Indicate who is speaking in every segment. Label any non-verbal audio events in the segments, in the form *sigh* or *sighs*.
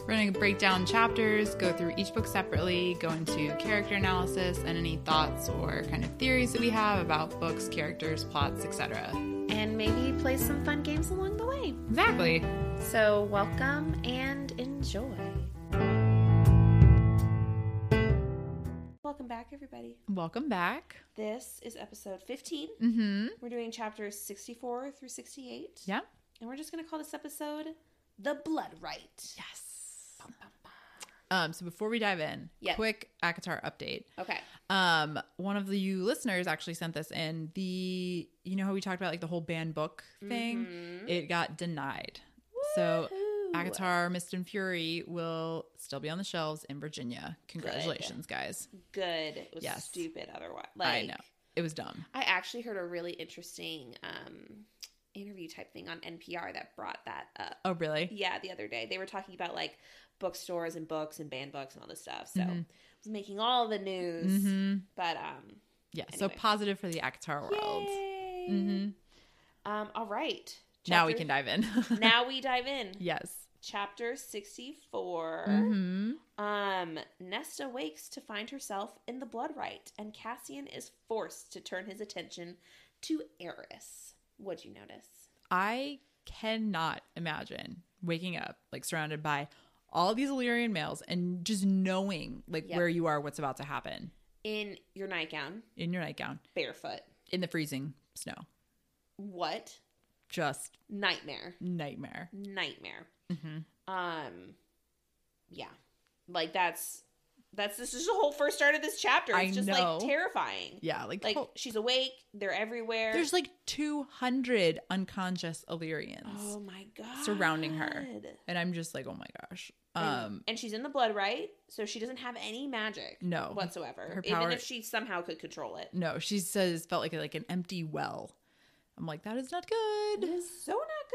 Speaker 1: We're going to break down chapters, go through each book separately, go into character analysis and any thoughts or kind of theories that we have about books, characters, plots, etc.
Speaker 2: And maybe play some fun games along the way.
Speaker 1: Exactly.
Speaker 2: So, welcome and enjoy. Welcome back, everybody.
Speaker 1: Welcome back.
Speaker 2: This is episode 15.
Speaker 1: Mm-hmm.
Speaker 2: We're doing chapters 64 through 68.
Speaker 1: Yeah.
Speaker 2: And we're just going to call this episode The Blood Right.
Speaker 1: Yes. Um, so before we dive in,
Speaker 2: Yeah.
Speaker 1: quick ACOTAR update.
Speaker 2: Okay.
Speaker 1: Um, one of the you listeners actually sent this in. The you know how we talked about like the whole banned book thing?
Speaker 2: Mhm.
Speaker 1: It got denied. So
Speaker 2: Woohoo.
Speaker 1: Agatar, Mist and Fury will still be on the shelves in Virginia. Congratulations, guys.
Speaker 2: Good. It was
Speaker 1: Yes.
Speaker 2: stupid otherwise. Like,
Speaker 1: I know. It was dumb.
Speaker 2: I actually heard a really interesting um, interview type thing on NPR that brought that up.
Speaker 1: Oh, really?
Speaker 2: Yeah, the other day they were talking about like bookstores and books and banned books and all this stuff. So
Speaker 1: Mhm.
Speaker 2: it was making all the news.
Speaker 1: hmm
Speaker 2: But um,
Speaker 1: Yeah. So
Speaker 2: Anyway.
Speaker 1: positive for the Akatar world.
Speaker 2: yay!
Speaker 1: hmm
Speaker 2: Um, all right.
Speaker 1: Now we
Speaker 2: Chapter-
Speaker 1: can dive
Speaker 2: *laughs*
Speaker 1: in. *laughs*
Speaker 2: now we dive in.
Speaker 1: yes.
Speaker 2: Chapter 64.
Speaker 1: hmm
Speaker 2: Um, Nesta wakes to find herself in the blood rite, and Cassian is forced to turn his attention to Eris. What'd you notice?
Speaker 1: I cannot imagine waking up like surrounded by all these Illyrian males and just knowing like
Speaker 2: Yeah.
Speaker 1: where you are, what's about to happen
Speaker 2: In your nightgown,
Speaker 1: in your nightgown,
Speaker 2: barefoot.
Speaker 1: in the freezing snow.
Speaker 2: What?
Speaker 1: Just
Speaker 2: Nightmare.
Speaker 1: nightmare.
Speaker 2: Nightmare.
Speaker 1: hmm
Speaker 2: Um, yeah, like that's that's this is the whole first start of this chapter. It's
Speaker 1: I
Speaker 2: just
Speaker 1: know.
Speaker 2: like terrifying.
Speaker 1: Yeah. Like,
Speaker 2: Like
Speaker 1: oh,
Speaker 2: she's awake. They're everywhere.
Speaker 1: There's like 200 unconscious Illyrians.
Speaker 2: oh my god
Speaker 1: surrounding her. And I'm just like, oh my gosh.
Speaker 2: And-
Speaker 1: Um,
Speaker 2: and she's in the blood, right? So she doesn't have any magic
Speaker 1: no.
Speaker 2: whatsoever.
Speaker 1: Her
Speaker 2: even
Speaker 1: power-
Speaker 2: if she somehow could control it.
Speaker 1: No, she says felt like like an empty well. I'm like, that is not
Speaker 2: It
Speaker 1: good.
Speaker 2: is so not good.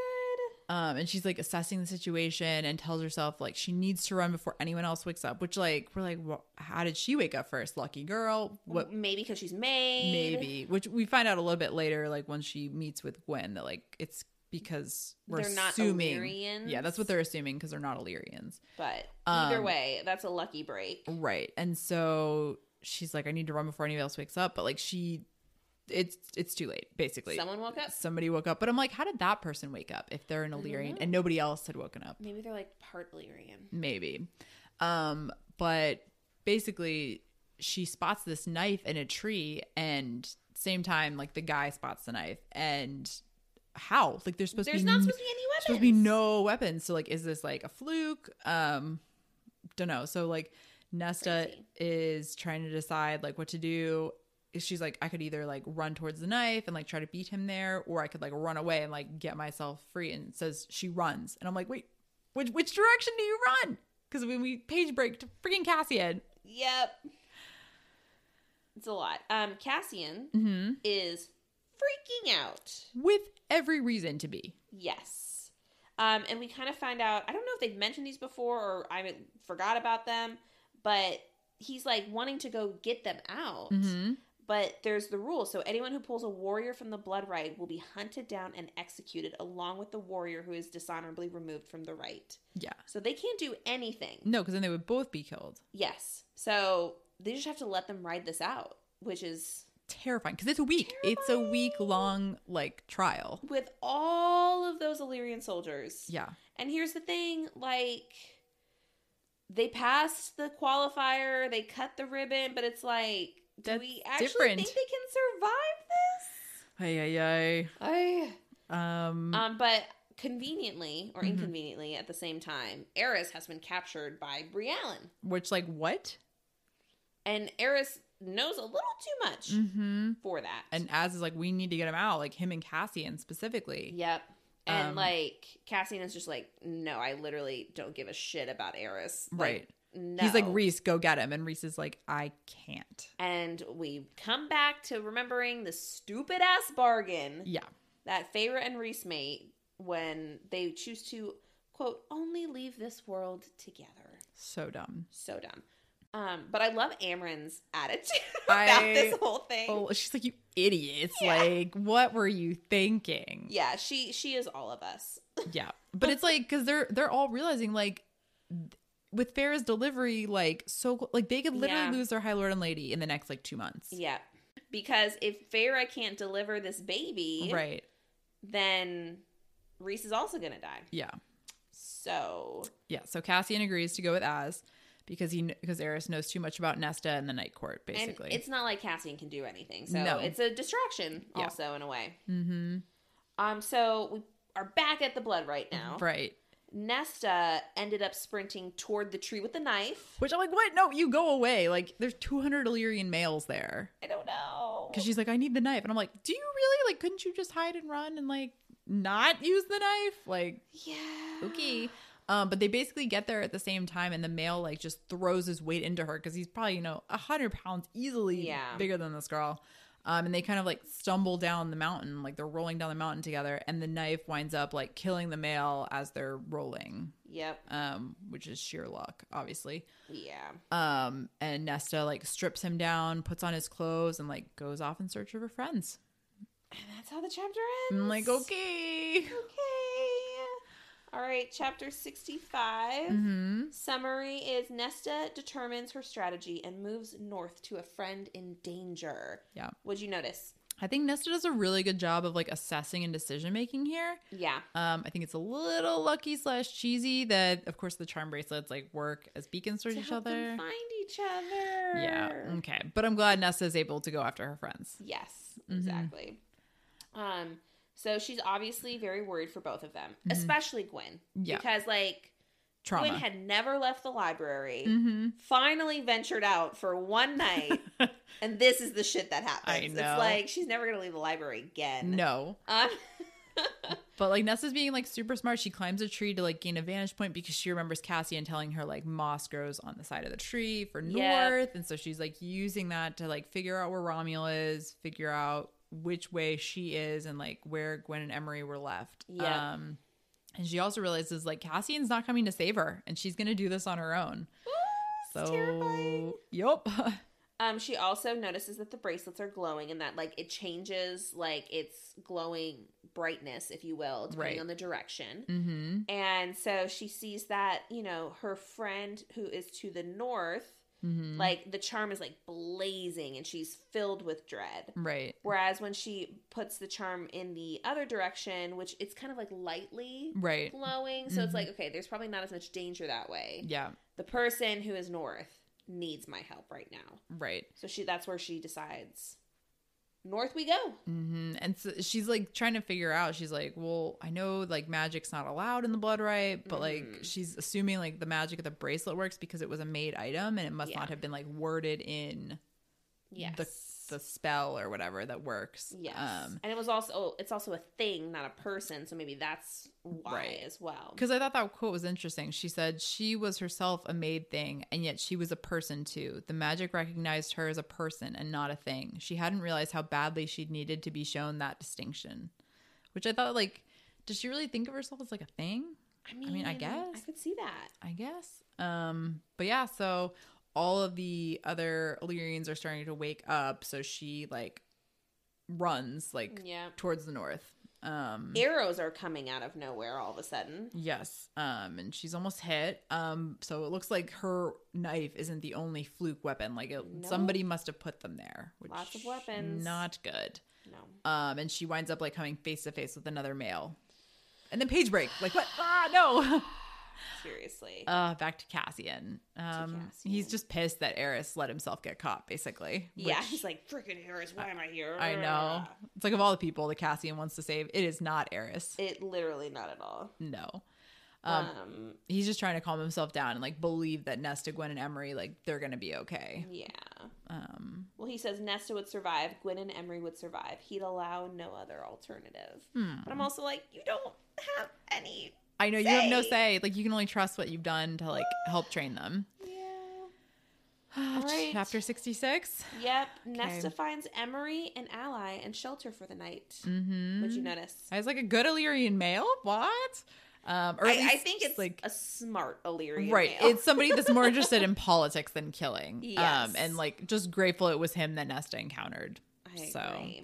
Speaker 1: Um, and she's like assessing the situation and tells herself like she needs to run before anyone else wakes up, which like we're like, well, how did she wake up first? Lucky girl. What
Speaker 2: Maybe because she's made.
Speaker 1: maybe? Which we find out a little bit later, like when she meets with Gwen, that like it's because we're
Speaker 2: they're not
Speaker 1: assuming.
Speaker 2: Illyrians.
Speaker 1: Yeah, that's what they're assuming because they're not Illyrians.
Speaker 2: But either
Speaker 1: Um,
Speaker 2: way, that's a lucky break.
Speaker 1: Right. And so she's like, I need to run before anybody else wakes up. But like she it's it's too late, basically.
Speaker 2: Someone woke up.
Speaker 1: Somebody woke up. But I'm like, how did that person wake up if they're an
Speaker 2: I don't
Speaker 1: Illyrian
Speaker 2: know.
Speaker 1: and nobody else had woken up?
Speaker 2: Maybe they're like part Illyrian.
Speaker 1: Maybe. Um, but basically she spots this knife in a tree and same time, like the guy spots the knife and how? Like there's supposed
Speaker 2: There's
Speaker 1: to be
Speaker 2: not
Speaker 1: n-
Speaker 2: supposed to be any weapons.
Speaker 1: supposed to be no weapons. So like, is this like a fluke? Um, don't know. So like, Nesta
Speaker 2: Crazy.
Speaker 1: is trying to decide like what to do. She's like, I could either like run towards the knife and like try to beat him there, or I could like run away and like get myself free. And says she runs, and I'm like, wait, which which direction do you run? Because when we page break to freaking Cassian,
Speaker 2: Yep. It's a lot. Um, Cassian
Speaker 1: hmm
Speaker 2: is freaking out.
Speaker 1: with every reason to be,
Speaker 2: Yes. Um, and we kind of find out, I don't know if they've mentioned these before or I forgot about them, but he's like wanting to go get them out.
Speaker 1: Mhm.
Speaker 2: But there's the rule. So anyone who pulls a warrior from the blood right will be hunted down and executed along with the warrior who is dishonorably removed from the right.
Speaker 1: yeah, Mm-hmm.
Speaker 2: So they can't do anything.
Speaker 1: no, because then they would both be killed.
Speaker 2: Yes. So they just have to let them ride this out, which is
Speaker 1: Terrifying because it's a week. It's a week long like trial.
Speaker 2: with all of those Illyrian soldiers.
Speaker 1: Yeah.
Speaker 2: And here's the thing, like they passed the qualifier, they cut the ribbon, but it's like do
Speaker 1: That's
Speaker 2: we actually
Speaker 1: different.
Speaker 2: think they can survive
Speaker 1: Ay, ay,
Speaker 2: this?
Speaker 1: ay. Um,
Speaker 2: Um, but conveniently or
Speaker 1: Mhm.
Speaker 2: inconveniently at the same time, Eris has been captured by Briallen.
Speaker 1: which, like, what?
Speaker 2: And Eris knows a little too much
Speaker 1: Mm-hmm.
Speaker 2: for that.
Speaker 1: And Az is like, we need to get him out, like him and Cassian specifically.
Speaker 2: Yep. And
Speaker 1: Um,
Speaker 2: like Cassian is just like, no, I literally don't give a shit about Eris. Like,
Speaker 1: Right.
Speaker 2: No.
Speaker 1: He's like, Reese, go get him. And Reese is like, I can't.
Speaker 2: And we come back to remembering the stupid ass bargain
Speaker 1: Yeah.
Speaker 2: that Feyre and Reese made when they choose to quote only leave this world together.
Speaker 1: So dumb.
Speaker 2: So dumb. Um, but I love Amryn's attitude *laughs*
Speaker 1: I-
Speaker 2: about this whole thing.
Speaker 1: Oh, she's like, you idiots.
Speaker 2: Yeah.
Speaker 1: Like, what were you thinking?
Speaker 2: Yeah, she she is all of us.
Speaker 1: Yeah. But it's like cuz they're they're all realizing like th- with Farah's delivery like so like they could literally
Speaker 2: Yeah.
Speaker 1: lose their high lord and lady in the next like 2 months.
Speaker 2: Yeah. Because if Farah can't deliver this baby,
Speaker 1: Right.
Speaker 2: then Reese is also going to die.
Speaker 1: Yeah.
Speaker 2: So,
Speaker 1: Yeah, so Cassian agrees to go with Az because he kn- because Eris knows too much about Nesta and the Night Court basically.
Speaker 2: and it's not like Cassian can do anything. So,
Speaker 1: No.
Speaker 2: it's a distraction
Speaker 1: Yeah.
Speaker 2: also in a way.
Speaker 1: mhm.
Speaker 2: Um so we are back at the blood right now.
Speaker 1: Right.
Speaker 2: Nesta ended up sprinting toward the tree with a knife.
Speaker 1: Which I'm like, "What? No, you go away. Like there's 200 Illyrian males there."
Speaker 2: I don't know.
Speaker 1: Cuz she's like, "I need the knife." And I'm like, "Do you really? Like couldn't you just hide and run and like not use the knife?" Like
Speaker 2: yeah.
Speaker 1: spooky. Um, but they basically get there at the same time, and the male like just throws his weight into her because he's probably you know a hundred pounds easily
Speaker 2: Yeah.
Speaker 1: bigger than this girl. Um, and they kind of like stumble down the mountain, like they're rolling down the mountain together, and the knife winds up like killing the male as they're rolling,
Speaker 2: Yep.
Speaker 1: um, which is sheer luck, obviously.
Speaker 2: Yeah.
Speaker 1: Um, and Nesta like strips him down, puts on his clothes, and like goes off in search of her friends.
Speaker 2: And that's how the chapter ends.
Speaker 1: I'm like, okay,
Speaker 2: Okay. All right, chapter 65.
Speaker 1: hmm
Speaker 2: Summary is Nesta determines her strategy and moves north to a friend in danger.
Speaker 1: Yeah.
Speaker 2: What'd you notice?
Speaker 1: I think Nesta does a really good job of like assessing and decision making here.
Speaker 2: Yeah.
Speaker 1: Um, I think it's a little lucky slash cheesy that, of course, the charm bracelets like work as beacons towards
Speaker 2: To
Speaker 1: each
Speaker 2: help them
Speaker 1: other.
Speaker 2: find each other.
Speaker 1: Yeah. Okay. But I'm glad Nesta is able to go after her friends.
Speaker 2: Yes,
Speaker 1: Mhm.
Speaker 2: exactly. Um, so she's obviously very worried for both of them,
Speaker 1: Mhm.
Speaker 2: especially Gwen.
Speaker 1: Yeah.
Speaker 2: Because like Gwen
Speaker 1: Trauma.
Speaker 2: had never left the library,
Speaker 1: hmm
Speaker 2: finally ventured out for one
Speaker 1: *laughs*
Speaker 2: night, and this is the shit that happens.
Speaker 1: I know.
Speaker 2: It's like she's never gonna leave the library again.
Speaker 1: No.
Speaker 2: *laughs*
Speaker 1: *laughs*
Speaker 2: Um,
Speaker 1: But like Nesta's being like super smart. She climbs a tree to like gain a vantage point because she remembers Cassian telling her like moss grows on the side of the tree for north.
Speaker 2: Yep.
Speaker 1: And so she's like using that to like figure out where Romula is, figure out which way she is and like where Gwen and Emery were left.
Speaker 2: Yeah.
Speaker 1: Um and she also realizes like Cassian's not coming to save her and she's gonna do this on her own.
Speaker 2: it's
Speaker 1: so
Speaker 2: terrifying.
Speaker 1: Yup. *laughs*
Speaker 2: um, she also notices that the bracelets are glowing and that like it changes like its glowing brightness, if you will, depending
Speaker 1: Right.
Speaker 2: on the direction.
Speaker 1: mm-hmm.
Speaker 2: And so she sees that, you know, her friend who is to the north,
Speaker 1: Mm-hmm.
Speaker 2: like the charm is like blazing and she's filled with dread.
Speaker 1: Right.
Speaker 2: Whereas when she puts the charm in the other direction, which it's kind of like lightly
Speaker 1: Right.
Speaker 2: glowing, so it's
Speaker 1: Mhm.
Speaker 2: like, okay, there's probably not as much danger that way.
Speaker 1: Yeah.
Speaker 2: The person who is north needs my help right now.
Speaker 1: Right.
Speaker 2: So she that's where she decides north we go.
Speaker 1: hmm And so she's like trying to figure out. She's like, well, I know like magic's not allowed in the blood right, but like
Speaker 2: Mhm.
Speaker 1: she's assuming like the magic of the bracelet works because it was a made item and it must
Speaker 2: Yeah.
Speaker 1: not have been like worded in
Speaker 2: Yes.
Speaker 1: the spell or whatever that works.
Speaker 2: Yes.
Speaker 1: Um,
Speaker 2: and it was also oh, it's also a thing, not a person, so maybe that's why
Speaker 1: Right.
Speaker 2: as well.
Speaker 1: because I thought that quote was interesting. She said she was herself a made thing, and yet she was a person too. The magic recognized her as a person and not a thing. She hadn't realized how badly she'd needed to be shown that distinction, which I thought, like, does she really think of herself as like a thing?
Speaker 2: I mean,
Speaker 1: mean, I guess.
Speaker 2: I could see that.
Speaker 1: I guess. Um, but yeah, so all of the other Illyrians are starting to wake up, so she like runs like
Speaker 2: Yeah.
Speaker 1: towards the north. Um
Speaker 2: Arrows are coming out of nowhere all of a sudden.
Speaker 1: Yes. Um and she's almost hit. Um so it looks like her knife isn't the only fluke weapon. Like it,
Speaker 2: No.
Speaker 1: somebody must have put them there, which
Speaker 2: Lots of weapons.
Speaker 1: Not good.
Speaker 2: No. *sighs*
Speaker 1: Um and she winds up like coming face to face with another male. And then page break.
Speaker 2: *gasps*
Speaker 1: Like what? Ah no. *laughs*
Speaker 2: Seriously.
Speaker 1: Uh, back to Cassian. Um, he's
Speaker 2: Cassian.
Speaker 1: just pissed that Eris let himself get caught, basically.
Speaker 2: yeah,
Speaker 1: which
Speaker 2: he's like, freaking Harris, why am I here?
Speaker 1: I know. It's like of all the people that Cassian wants to save, it is not Eris.
Speaker 2: It literally not at all.
Speaker 1: no. Um,
Speaker 2: Um,
Speaker 1: he's just trying to calm himself down and like believe that Nesta, Gwen, and Emery, like they're gonna be okay.
Speaker 2: yeah.
Speaker 1: Um,
Speaker 2: Well, he says Nesta would survive, Gwen and Emery would survive. He'd allow no other alternative.
Speaker 1: hmm.
Speaker 2: But I'm also like, you don't have any.
Speaker 1: I know you have no
Speaker 2: say.
Speaker 1: *sighs* say. Like you can only trust what you've done to like help train them.
Speaker 2: Yeah. right.
Speaker 1: Chapter 66.
Speaker 2: Yep. Nesta finds Emery an ally and shelter for the night.
Speaker 1: Mm-hmm.
Speaker 2: Would you notice?
Speaker 1: I was like a good Illyrian male. What? Um, or at
Speaker 2: I, I
Speaker 1: least
Speaker 2: think
Speaker 1: just,
Speaker 2: it's
Speaker 1: like
Speaker 2: like a smart Illyrian.
Speaker 1: right.
Speaker 2: male.
Speaker 1: It's somebody
Speaker 2: *laughs*
Speaker 1: that's more interested in politics than killing.
Speaker 2: Yes.
Speaker 1: Um, and like just grateful it was him that Nesta encountered.
Speaker 2: I
Speaker 1: so.
Speaker 2: agree.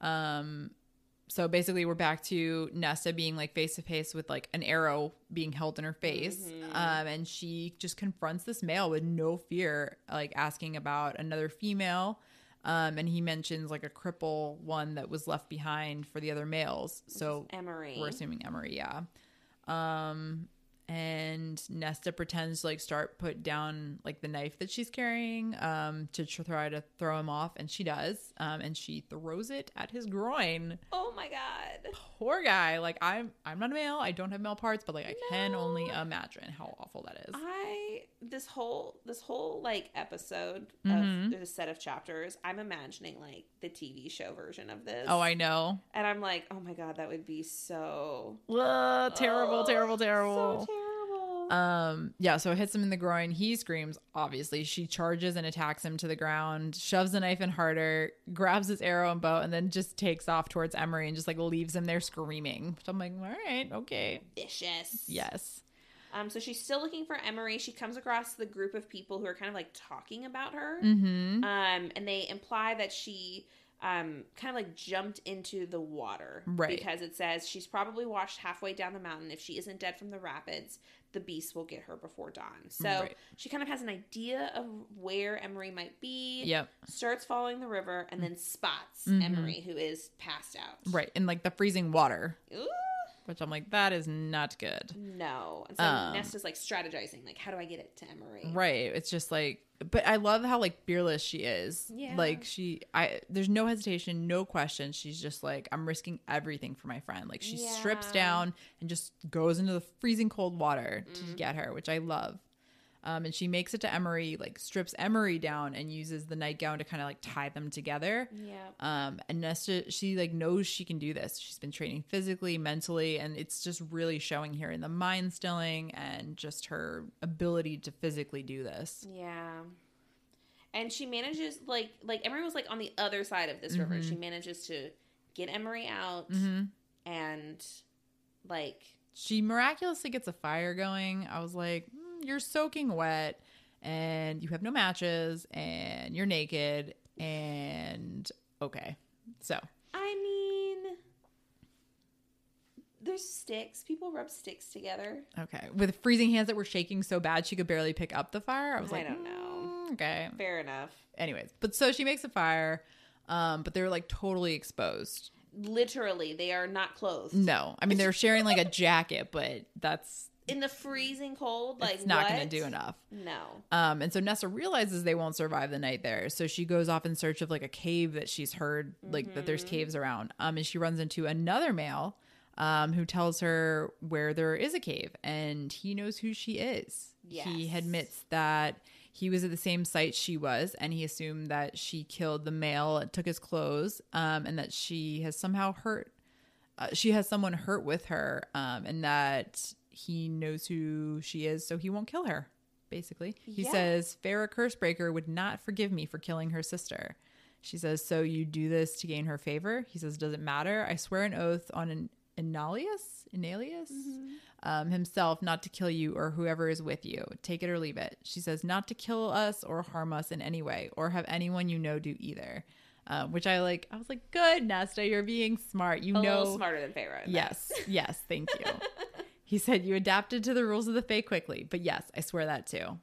Speaker 1: Um, so basically, we're back to Nesta being like face to face with like an arrow being held in her face,
Speaker 2: Mhm.
Speaker 1: um, and she just confronts this male with no fear, like asking about another female, um, and he mentions like a cripple one that was left behind for the other males. So
Speaker 2: Emery.
Speaker 1: we're assuming Emery, yeah. Um, and Nesta pretends to like start put down like the knife that she's carrying um, to tr- try to throw him off, and she does. Um, and she throws it at his groin.
Speaker 2: oh my god.
Speaker 1: Poor guy. Like I'm, I'm not a male. I don't have male parts, but like I can
Speaker 2: No.
Speaker 1: only imagine how awful that is.
Speaker 2: I this whole this whole like episode
Speaker 1: Mhm.
Speaker 2: of this set of chapters, I'm imagining like the TV show version of this.
Speaker 1: Oh, I know.
Speaker 2: and I'm like, oh my god, that would be so
Speaker 1: terrible,
Speaker 2: Ugh,
Speaker 1: terrible, terrible.
Speaker 2: so terrible.
Speaker 1: Um, yeah, so it hits him in the groin. He screams, obviously. She charges and attacks him to the ground, shoves the knife in harder, grabs his arrow and bow, and then just takes off towards Emery and just like leaves him there screaming. So I'm like, all right, okay.
Speaker 2: Vicious.
Speaker 1: Yes.
Speaker 2: Um. So she's still looking for Emery. She comes across the group of people who are kind of like talking about her.
Speaker 1: Mm-hmm.
Speaker 2: um, and they imply that she um, kind of like jumped into the water,
Speaker 1: Right.
Speaker 2: Because it says she's probably washed halfway down the mountain. If she isn't dead from the rapids, the beast will get her before dawn. So
Speaker 1: Right.
Speaker 2: she kind of has an idea of where Emery might be.
Speaker 1: Yep.
Speaker 2: Starts following the river and then spots
Speaker 1: Mhm.
Speaker 2: Emery, who is passed out.
Speaker 1: Right. In like the freezing water,
Speaker 2: Ooh,
Speaker 1: which I'm like, that is not good.
Speaker 2: no. And so
Speaker 1: Um.
Speaker 2: Nesta's like strategizing, like, how do I get it to Emery?
Speaker 1: Right. It's just like but I love how like fearless she is.
Speaker 2: Yeah.
Speaker 1: Like she I there's no hesitation, no question. She's just like, I'm risking everything for my friend. Like she strips
Speaker 2: Yeah.
Speaker 1: down and just goes into the freezing cold water to
Speaker 2: Mhm.
Speaker 1: get her, which I love. Um, and she makes it to Emery, like strips Emery down and uses the nightgown to kind of like tie them together.
Speaker 2: Yeah.
Speaker 1: Um, and Nesta, she like knows she can do this. She's been training physically, mentally, and it's just really showing here in the mind stilling and just her ability to physically do this.
Speaker 2: Yeah. And she manages like like Emery was like on the other side of this river.
Speaker 1: Mhm.
Speaker 2: She manages to get Emery out
Speaker 1: hmm
Speaker 2: and like
Speaker 1: She miraculously gets a fire going. I was like, "Mm, you're soaking wet, and you have no matches, and you're naked, and okay. So
Speaker 2: I mean there's sticks. People rub sticks together.
Speaker 1: okay, with freezing hands that were shaking so bad she could barely pick up the fire. I was
Speaker 2: I
Speaker 1: like,
Speaker 2: don't know.
Speaker 1: "Mm, okay,
Speaker 2: Fair enough.
Speaker 1: anyways but so she makes a fire um but they're like totally exposed
Speaker 2: Literally, they are not clothed.
Speaker 1: no i mean they're sharing like a jacket but that's
Speaker 2: In the freezing cold, like
Speaker 1: it's not gonna
Speaker 2: what?
Speaker 1: do enough
Speaker 2: No.
Speaker 1: um and so nessa realizes they won't survive the night there so she goes off in search of like a cave that she's heard like that there's
Speaker 2: Mhm.
Speaker 1: caves around um and she runs into another male um who tells her where there is a cave and he knows who she is he
Speaker 2: Yes.
Speaker 1: admits that he was at the same site she was and he assumed that she killed the male took his clothes um, and that she has somehow hurt uh, she has someone hurt with her um, and that he knows who she is so he won't kill her basically he
Speaker 2: Yeah.
Speaker 1: says farah cursebreaker would not forgive me for killing her sister she says so you do this to gain her favor he says does it matter i swear an oath on an Inalius, Inalius,
Speaker 2: Mm-hmm.
Speaker 1: um, himself not to kill you or whoever is with you. Take it or leave it. She says not to kill us or harm us in any way or have anyone you know do either. Uh, which I like. I was like, good, Nesta, you're being smart. You
Speaker 2: A
Speaker 1: know,
Speaker 2: little smarter than Pharaoh. in that.
Speaker 1: yes, yes, thank
Speaker 2: *laughs*
Speaker 1: you. he said you adapted to the rules of the fae quickly, but yes, I swear that too.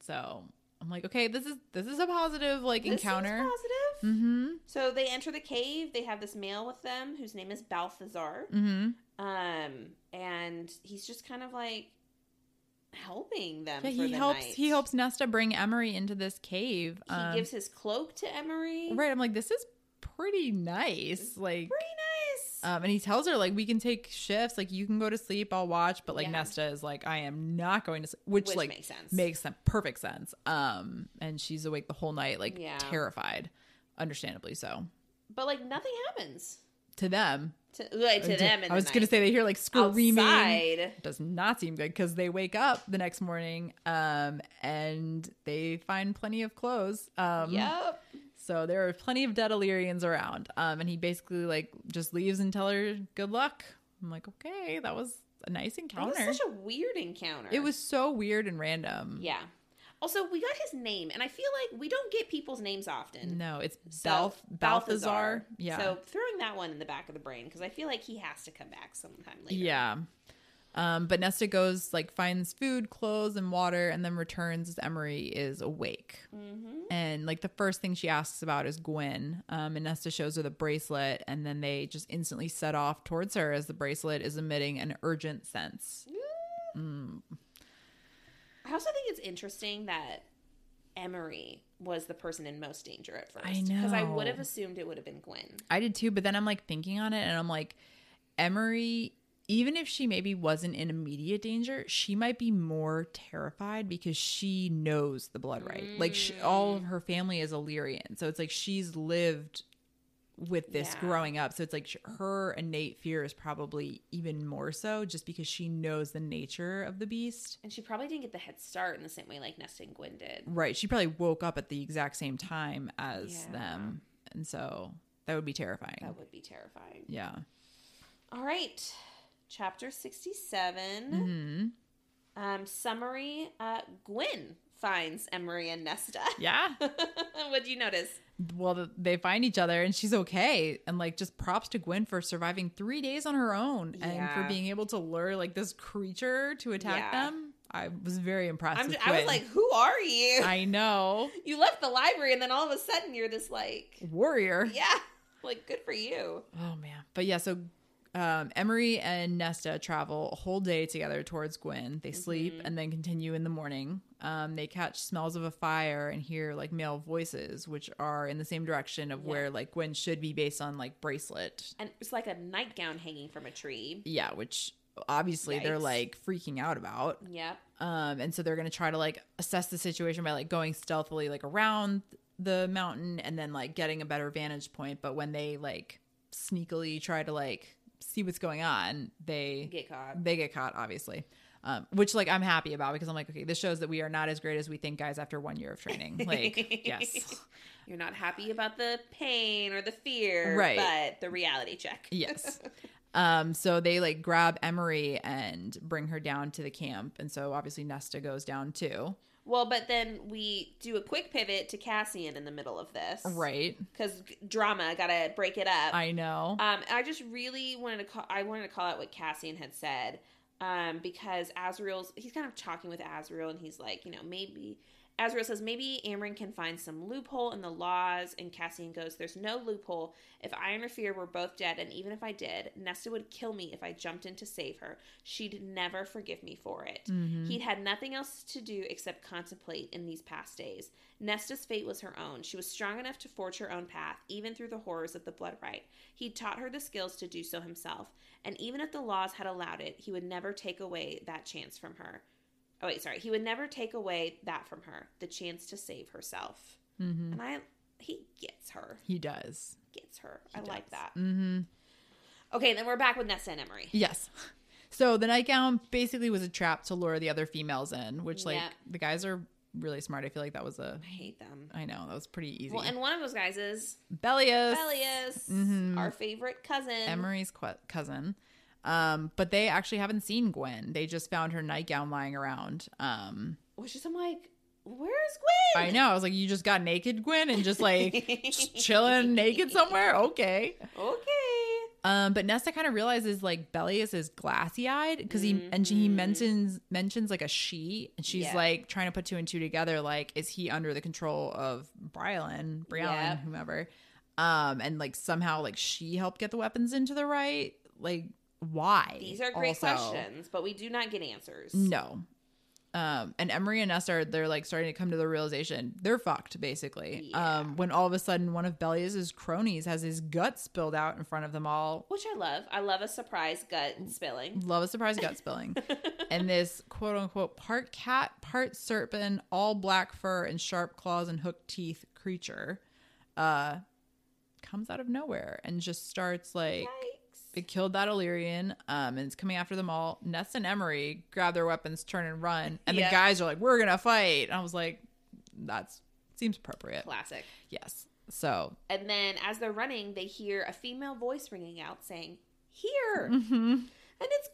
Speaker 1: So I'm like, okay, this is this is a positive like
Speaker 2: This seems
Speaker 1: encounter.
Speaker 2: positive.
Speaker 1: Mm-hmm.
Speaker 2: So they enter the cave. They have this male with them whose name is Balthazar.
Speaker 1: Mm-hmm.
Speaker 2: um and he's just kind of like helping them
Speaker 1: Yeah,
Speaker 2: for
Speaker 1: he
Speaker 2: the
Speaker 1: helps.
Speaker 2: night.
Speaker 1: He helps Nesta bring Emery into this cave.
Speaker 2: he
Speaker 1: Um,
Speaker 2: gives his cloak to emery
Speaker 1: Right. I'm like, this is pretty nice. Like,
Speaker 2: pretty nice
Speaker 1: um, and he tells her like, we can take shifts. Like, you can go to sleep. I'll watch. But like,
Speaker 2: Yeah.
Speaker 1: Nesta is like, I am not going to sleep, which,
Speaker 2: which
Speaker 1: like
Speaker 2: makes sense
Speaker 1: makes some perfect sense. Um, and she's awake the whole night, like
Speaker 2: Yeah.
Speaker 1: terrified, understandably so.
Speaker 2: but like nothing happens
Speaker 1: To them,
Speaker 2: to, like, to them. In
Speaker 1: Uh, I
Speaker 2: the
Speaker 1: was
Speaker 2: night.
Speaker 1: gonna say they hear like screaming.
Speaker 2: outside.
Speaker 1: Does not seem good because they wake up the next morning um, and they find plenty of clothes. Um,
Speaker 2: Yep.
Speaker 1: So there are plenty of dead Illyrians around. Um, and he basically like just leaves and tell her good luck. I'm like, okay, that was a nice
Speaker 2: That was
Speaker 1: encounter.
Speaker 2: such a weird encounter.
Speaker 1: it was um, so weird and random.
Speaker 2: Yeah. Also, we got his name, and I feel like we don't get people's names often.
Speaker 1: No, it's
Speaker 2: So,
Speaker 1: Balth- Balthazar. Yeah.
Speaker 2: So throwing that one in the back of the brain because I feel like he has to come back sometime later.
Speaker 1: Yeah. Um, but Nesta goes like finds food, clothes, and water, and then returns as Emery is awake.
Speaker 2: Mm-hmm.
Speaker 1: And like the first thing she asks about is Gwen. Um, and Nesta shows her the bracelet, and then they just instantly set off towards her as the bracelet is emitting an urgent sense. Mm.
Speaker 2: I also think it's interesting that Emery was the person in most danger at first.
Speaker 1: I
Speaker 2: Because I
Speaker 1: know.
Speaker 2: would have assumed it would have been Gwen.
Speaker 1: I did too, but then I'm like thinking on it, and I'm like, Emery, even if she maybe wasn't in immediate danger, she might be more terrified because she knows the blood right. Like she, all
Speaker 2: Mm.
Speaker 1: of her family is Illyrian, so it's like she's lived with this
Speaker 2: Yeah.
Speaker 1: growing up. So it's like sh- her innate fear is probably even more so, just because she knows the nature of the beast.
Speaker 2: And she probably didn't get the head start in the same way like Nesta and Gwen did.
Speaker 1: Right. She probably woke up at the exact same time as
Speaker 2: Yeah.
Speaker 1: them, and so that would be terrifying.
Speaker 2: That would be terrifying.
Speaker 1: yeah.
Speaker 2: All right. Chapter 67.
Speaker 1: hmm
Speaker 2: Um, summary uh, Gwen finds Emery and Nesta. *laughs*
Speaker 1: Yeah.
Speaker 2: What'd you notice?
Speaker 1: well th- they find each other and she's okay and like just props to gwen for surviving three days on her own and for
Speaker 2: Yeah.
Speaker 1: being able to lure like this creature to attack
Speaker 2: Yeah.
Speaker 1: them i was very impressed
Speaker 2: I'm
Speaker 1: with
Speaker 2: just, I was
Speaker 1: Gwen.
Speaker 2: like, who are you?
Speaker 1: *laughs* i know
Speaker 2: *laughs* you left the library and then all of a sudden you're this like,
Speaker 1: warrior
Speaker 2: yeah, *laughs* like good for you.
Speaker 1: oh man but yeah so um, emery and nesta travel a whole day together towards gwen they sleep
Speaker 2: Mhm.
Speaker 1: and then continue in the morning um, they catch smells of a fire and hear like male voices which are in the same direction of
Speaker 2: Yeah.
Speaker 1: where like gwen should be based on like bracelet
Speaker 2: And it's like a nightgown hanging from a tree.
Speaker 1: yeah which obviously they're
Speaker 2: Yikes.
Speaker 1: like freaking out about
Speaker 2: Yep.
Speaker 1: um and so they're gonna try to like assess the situation by like going stealthily like around the mountain and then like getting a better vantage point but when they like sneakily try to like see what's going on they
Speaker 2: Get caught.
Speaker 1: they get caught obviously um, which like i'm happy about because i'm like okay this shows that we are not as great as we think guys after one year of training like yes
Speaker 2: You're not happy about the pain or the fear,
Speaker 1: Right.
Speaker 2: but the reality check.
Speaker 1: Yes. Um, so they like grab Emery and bring her down to the camp. And so obviously Nesta goes down too.
Speaker 2: Well, but then we do a quick pivot to Cassian in the middle of this.
Speaker 1: Right.
Speaker 2: Because drama, gotta break it up.
Speaker 1: I know.
Speaker 2: Um, I just really wanted to call. I wanted to call out what Cassian had said, um, because Azriel's he's kind of talking with Azriel, and he's like, you know, maybe Azriel says maybe Amryn can find some loophole in the laws, and Cassian goes, "There's no loophole. If I interfere, we're both dead, and even if I did, Nesta would kill me if I jumped in to save her. She'd never forgive me for it."
Speaker 1: Mhm.
Speaker 2: He'd had nothing else to do except contemplate in these past days. Nesta's fate was her own. She was strong enough to forge her own path, even through the horrors of the Blood Rite. He'd taught her the skills to do so himself, and even if the laws had allowed it, he would never take away that chance from her. Oh, wait, sorry. He would never take away that from her, the chance to save herself.
Speaker 1: Mhm.
Speaker 2: And I, he gets her.
Speaker 1: He does.
Speaker 2: Gets her. I like that.
Speaker 1: hmm
Speaker 2: Okay, then we're back with Nesta and Emery.
Speaker 1: Yes. So the nightgown basically was a trap to lure the other females in, which like
Speaker 2: Yeah.
Speaker 1: the guys are really smart. I feel like that was a
Speaker 2: I hate them.
Speaker 1: I know, that was pretty easy.
Speaker 2: Well, and one of those guys is
Speaker 1: Bellius.
Speaker 2: Elias,
Speaker 1: Mhm.
Speaker 2: our favorite cousin.
Speaker 1: Emery's qu- cousin. Um, but they actually haven't seen Gwen. They just found her nightgown lying around. Um,
Speaker 2: Which is, I'm like, where's Gwen?
Speaker 1: I know. I was like, you just got naked, Gwen, and just like
Speaker 2: *laughs*
Speaker 1: just chilling naked somewhere. Okay.
Speaker 2: Okay.
Speaker 1: Um, but Nesta kind of realizes like Bellius is glassy eyed because he and she, he
Speaker 2: Mhm.
Speaker 1: mentions mentions like a she, and she's
Speaker 2: Yeah.
Speaker 1: like trying to put two and two together. Like, is he under the control of Brylan, Brian,
Speaker 2: Yep.
Speaker 1: whomever? Um, and like somehow like she helped get the weapons into the right. Like, why?
Speaker 2: These are great
Speaker 1: also?
Speaker 2: questions, but we do not get answers.
Speaker 1: No. Um, and Emery and Nesta are they're like starting to come to the realization they're fucked basically.
Speaker 2: Yeah.
Speaker 1: Um, when all of a sudden one of Bellius's cronies has his gut spilled out in front of them all.
Speaker 2: Which I love. I love a surprise gut spilling.
Speaker 1: Love a surprise gut spilling. and this quote unquote part cat, part serpent, all black fur and sharp claws and hooked teeth creature uh comes out of nowhere and just starts like
Speaker 2: Yikes.
Speaker 1: It killed that Illyrian, um, and it's coming after them all. Ness and Emery grab their weapons, turn and run, and
Speaker 2: Yeah.
Speaker 1: the guys are like, "We're gonna fight." And I was like, "That's seems appropriate."
Speaker 2: Classic.
Speaker 1: Yes.
Speaker 2: *laughs*
Speaker 1: So
Speaker 2: And then as they're running, they hear a female voice ringing out saying, Here! And
Speaker 1: mhm.
Speaker 2: it's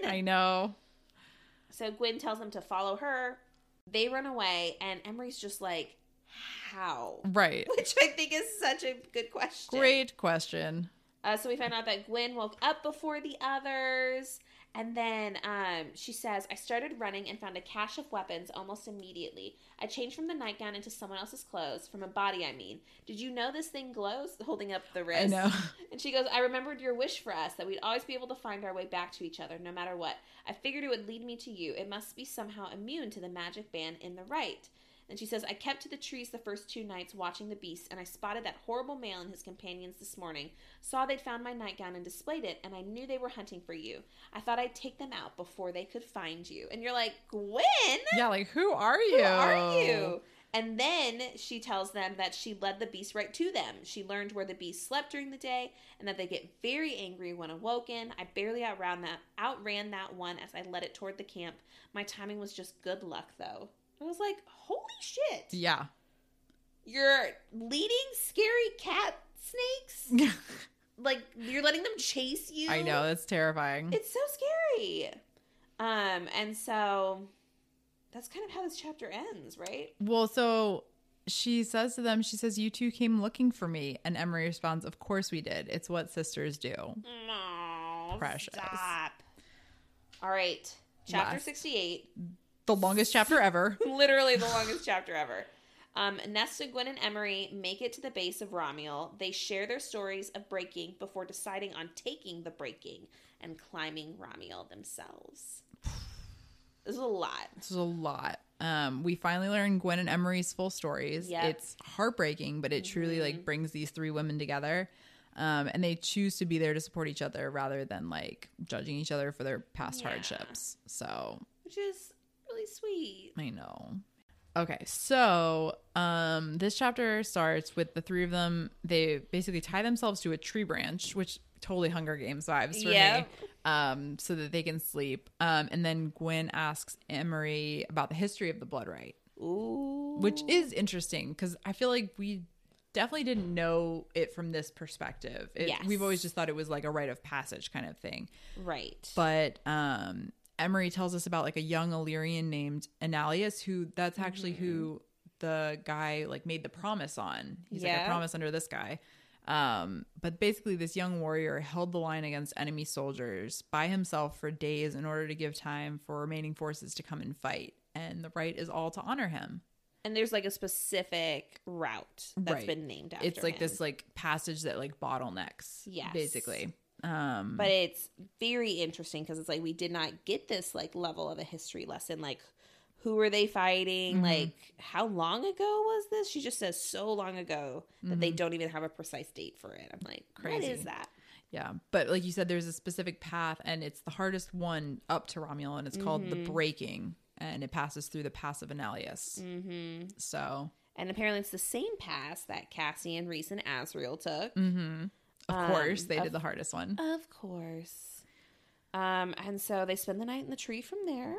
Speaker 2: Gwen!
Speaker 1: I know.
Speaker 2: So Gwen tells them to follow her. They run away, and Emery's just like, How?
Speaker 1: Right.
Speaker 2: *laughs* Which I think is such a good question.
Speaker 1: Mm-hmm. Great question.
Speaker 2: Uh, so we find out that Gwen woke up before the others. And then um, she says, I started running and found a cache of weapons almost immediately. I changed from the nightgown into someone else's clothes, from a body, I mean. Did you know this thing glows? Holding up the wrist.
Speaker 1: I know.
Speaker 2: *laughs* And she goes, I remembered your wish for us that we'd always be able to find our way back to each other, no matter what. I figured it would lead me to you. It must be somehow immune to the magic ban in the right. And she says, I kept to the trees the first two nights watching the beast, and I spotted that horrible male and his companions this morning. Saw they'd found my nightgown and displayed it, and I knew they were hunting for you. I thought I'd take them out before they could find you. And you're like, Gwen,
Speaker 1: Yeah, like who are you?
Speaker 2: who are you? And then she tells them that she led the beast right to them. She learned where the beast slept during the day, and that they get very angry when awoken. I barely outran that outran that one as I led it toward the camp. My timing was just good luck, though. I was like, "Holy shit!
Speaker 1: Yeah.
Speaker 2: You're leading scary cat snakes. Like you're letting them chase you.
Speaker 1: I know, that's terrifying.
Speaker 2: It's so scary." Um, and so that's kind of how this chapter ends, right?
Speaker 1: Well, so she says to them, she says, You two came looking for me. And Emery responds, Of course we did. It's what sisters do.
Speaker 2: No.
Speaker 1: Precious.
Speaker 2: Stop. All right. Chapter
Speaker 1: Last.
Speaker 2: 68.
Speaker 1: The longest chapter ever.
Speaker 2: *laughs* Literally the longest chapter ever. Um, Nesta, Gwen, and Emery make it to the base of Romuel. They share their stories of breaking before deciding on taking the breaking and climbing Romuel themselves. This is a lot.
Speaker 1: This is a lot. Um, we finally learn Gwen and Emery's full stories.
Speaker 2: Yep. Mm-hmm.
Speaker 1: It's heartbreaking, but it truly like brings these three women together. Um, and they choose to be there to support each other rather than like judging each other for their past
Speaker 2: Yeah.
Speaker 1: hardships. So
Speaker 2: Which is really sweet.
Speaker 1: I know. Okay, so um, this chapter starts with the three of them. They basically tie themselves to a tree branch, which totally Hunger Games vibes for
Speaker 2: Yeah.
Speaker 1: me, um, so that they can sleep. Um, and then Gwen asks Emery about the history of the blood rite,
Speaker 2: Ooh.
Speaker 1: which is interesting because I feel like we definitely didn't know it from this perspective. It,
Speaker 2: Yes.
Speaker 1: We've always just thought it was like a rite of passage kind of thing.
Speaker 2: Right.
Speaker 1: But um, Emery tells us about like a young Illyrian named Analius, who that's actually
Speaker 2: Mm.
Speaker 1: who the guy like made the promise on. He's like,
Speaker 2: Yeah.
Speaker 1: I promise under this guy. Um, but basically, this young warrior held the line against enemy soldiers by himself for days in order to give time for remaining forces to come and fight. And the right is all to honor him.
Speaker 2: and there's like a specific route that's
Speaker 1: Right.
Speaker 2: been named after
Speaker 1: it's like
Speaker 2: him.
Speaker 1: this like passage that like bottlenecks.
Speaker 2: Yes.
Speaker 1: basically. Um,
Speaker 2: but it's very interesting because it's like we did not get this like level of a history lesson like who were they fighting
Speaker 1: Mhm.
Speaker 2: like how long ago was this she just says so long ago that they don't even have a precise date for it i'm like what
Speaker 1: Crazy.
Speaker 2: is that
Speaker 1: Yeah, but like you said, there's a specific path, and it's the hardest one up to Romulan. It's called
Speaker 2: Mhm.
Speaker 1: the Breaking, and it passes through the Pass of Analius.
Speaker 2: mm-hmm.
Speaker 1: So,
Speaker 2: and apparently it's the same pass that cassian reese and azrael took
Speaker 1: hmm of
Speaker 2: Um,
Speaker 1: course, they
Speaker 2: of-
Speaker 1: did the hardest one.
Speaker 2: of course um and so they spend the night in the tree from there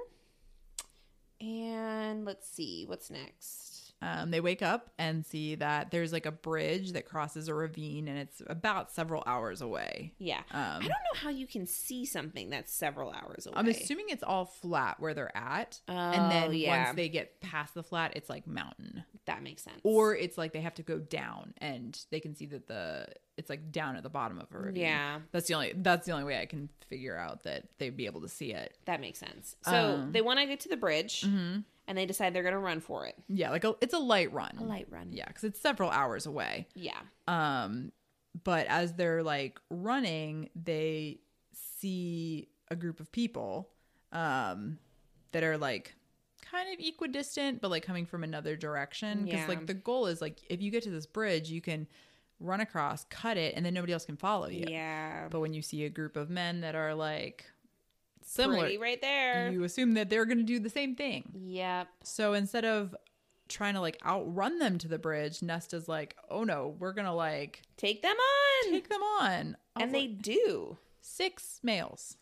Speaker 2: and let's see what's next
Speaker 1: Um, they wake up and see that there's like a bridge that crosses a ravine, and it's about several hours away.
Speaker 2: yeah I
Speaker 1: Um,
Speaker 2: don't know how you can see something that's several hours away.
Speaker 1: I'm assuming it's all flat where they're at,
Speaker 2: Oh,
Speaker 1: and then
Speaker 2: yeah,
Speaker 1: once they get past the flat, it's like mountain,
Speaker 2: that makes sense.
Speaker 1: or it's like they have to go down, and they can see that the it's like down at the bottom of a ravine.
Speaker 2: yeah,
Speaker 1: That's the only that's the only way I can figure out that they'd be able to see it.
Speaker 2: that makes sense. So
Speaker 1: Um,
Speaker 2: they want to get to the bridge,
Speaker 1: Mm-hmm.
Speaker 2: and they decide they're going to run for it.
Speaker 1: Yeah, like a, it's a light run.
Speaker 2: A light run.
Speaker 1: Yeah, because it's several hours away.
Speaker 2: Yeah.
Speaker 1: Um, but as they're like running, they see a group of people, um, that are like kind of equidistant, but like coming from another direction. Because
Speaker 2: Yeah.
Speaker 1: like the goal is like if you get to this bridge, you can run across, cut it, and then nobody else can follow you.
Speaker 2: Yeah.
Speaker 1: But when you see a group of men that are like similar,
Speaker 2: Pretty right there.
Speaker 1: you assume that they're going to do the same thing.
Speaker 2: yep.
Speaker 1: So instead of trying to like outrun them to the bridge, Nesta's like, "Oh no, we're going to like
Speaker 2: Take them on.
Speaker 1: take them on." I was
Speaker 2: and they
Speaker 1: like,
Speaker 2: do.
Speaker 1: six males.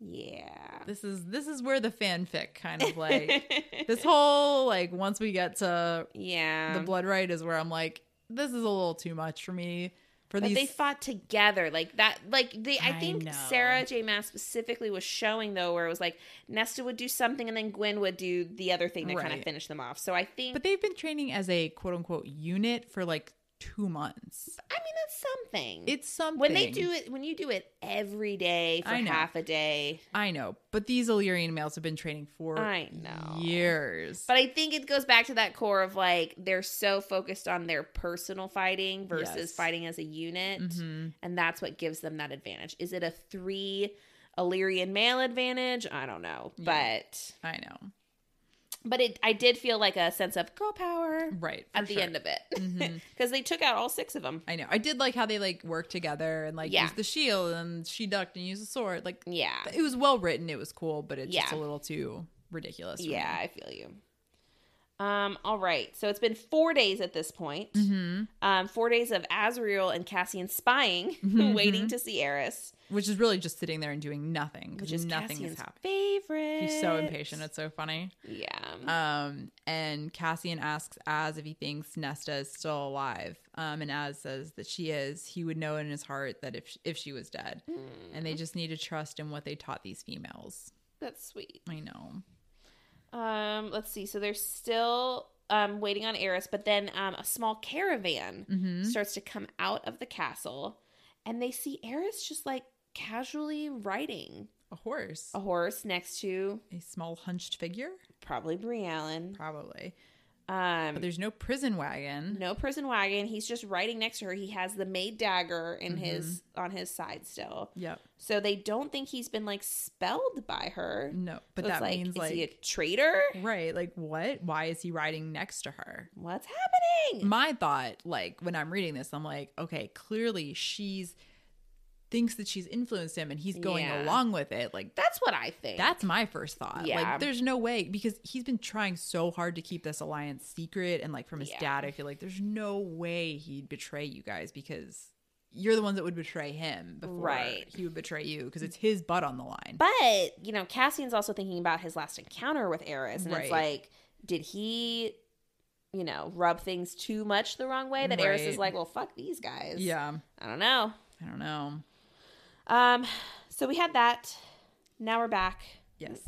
Speaker 2: Yeah.
Speaker 1: This is this is where the fanfic
Speaker 2: *laughs*
Speaker 1: kind of like this whole like once we get to
Speaker 2: yeah.
Speaker 1: the blood right is where I'm like this is a little too much for me for
Speaker 2: but
Speaker 1: these
Speaker 2: they fought together like that like they i
Speaker 1: I
Speaker 2: think
Speaker 1: know.
Speaker 2: sarah j mass specifically was showing though where it was like nesta would do something and then gwen would do the other thing that kind of
Speaker 1: Right.
Speaker 2: finished them off so i think
Speaker 1: But they've been training as a quote unquote unit for like two months.
Speaker 2: i mean that's something
Speaker 1: It's something.
Speaker 2: Mm-hmm. when they do it when you do it every day for
Speaker 1: I know.
Speaker 2: half a day
Speaker 1: I know, but these Illyrian males have been training for
Speaker 2: I know.
Speaker 1: years.
Speaker 2: but i think it goes back to that core of like they're so focused on their personal fighting versus
Speaker 1: Yes.
Speaker 2: fighting as a unit
Speaker 1: Mhm.
Speaker 2: and that's what gives them that advantage is it a three illyrian male advantage i don't know
Speaker 1: Yeah.
Speaker 2: but
Speaker 1: I know.
Speaker 2: but it I did feel like a sense of girl power
Speaker 1: Right. for
Speaker 2: at the
Speaker 1: sure.
Speaker 2: end of it *laughs* because
Speaker 1: Mhm.
Speaker 2: they took out all six of them.
Speaker 1: I know. I did like how they like worked together and like
Speaker 2: Yeah.
Speaker 1: used the shield and she ducked and used the sword. Like
Speaker 2: Yeah,
Speaker 1: it was well written. It was cool, but it's just
Speaker 2: Yeah.
Speaker 1: a little too ridiculous.
Speaker 2: yeah, I feel you. Um, all right, so it's been four days at this point.
Speaker 1: hmm
Speaker 2: Um, four days of Azrael and Cassian spying, *laughs*
Speaker 1: Mhm.
Speaker 2: waiting to see Eris,
Speaker 1: Which is really just sitting there and doing nothing
Speaker 2: which
Speaker 1: because
Speaker 2: is
Speaker 1: nothing
Speaker 2: Cassian's
Speaker 1: is happening.
Speaker 2: favorite.
Speaker 1: He's so impatient. It's so funny.
Speaker 2: yeah,
Speaker 1: Um, and Cassian asks Az if he thinks Nesta is still alive. Um, and Az says that she is. He would know in his heart that if if she was dead,
Speaker 2: Mm,
Speaker 1: and they just need to trust in what they taught these females.
Speaker 2: that's sweet.
Speaker 1: I know.
Speaker 2: Um, let's see. So they're still um waiting on Eris, but then um a small caravan
Speaker 1: Mm-hmm.
Speaker 2: starts to come out of the castle and they see Eris just like casually riding
Speaker 1: A horse,
Speaker 2: a horse next to
Speaker 1: a small hunched figure,
Speaker 2: probably Brie Allen.
Speaker 1: probably. But
Speaker 2: Um
Speaker 1: there's no prison wagon.
Speaker 2: no prison wagon. He's just riding next to her. He has the maid dagger in
Speaker 1: Mm-hmm.
Speaker 2: his on his side still.
Speaker 1: Yep.
Speaker 2: So they don't think he's been like spelled by her.
Speaker 1: No. But
Speaker 2: So it's
Speaker 1: that
Speaker 2: like,
Speaker 1: means
Speaker 2: is he a
Speaker 1: like
Speaker 2: traitor?
Speaker 1: right. Like what? Why is he riding next to her?
Speaker 2: What's happening?
Speaker 1: my thought like when i'm reading this i'm like okay clearly she's thinks that she's influenced him and he's going
Speaker 2: Yeah.
Speaker 1: along with it like
Speaker 2: That's what I think.
Speaker 1: that's my first thought
Speaker 2: Yeah.
Speaker 1: like there's no way because he's been trying so hard to keep this alliance secret and like from his
Speaker 2: Yeah.
Speaker 1: dad i feel like there's no way he'd betray you guys because you're the ones that would betray him before
Speaker 2: Right.
Speaker 1: he would betray you because it's his butt on the line
Speaker 2: But, you know, Cassian's also thinking about his last encounter with Eris. And it's
Speaker 1: Right.
Speaker 2: like, did he, you know, rub things too much the wrong way? That Eris is
Speaker 1: Right.
Speaker 2: like, well, fuck these guys.
Speaker 1: yeah
Speaker 2: I don't know.
Speaker 1: i don't know
Speaker 2: Um, so we had that. Now we're back.
Speaker 1: yes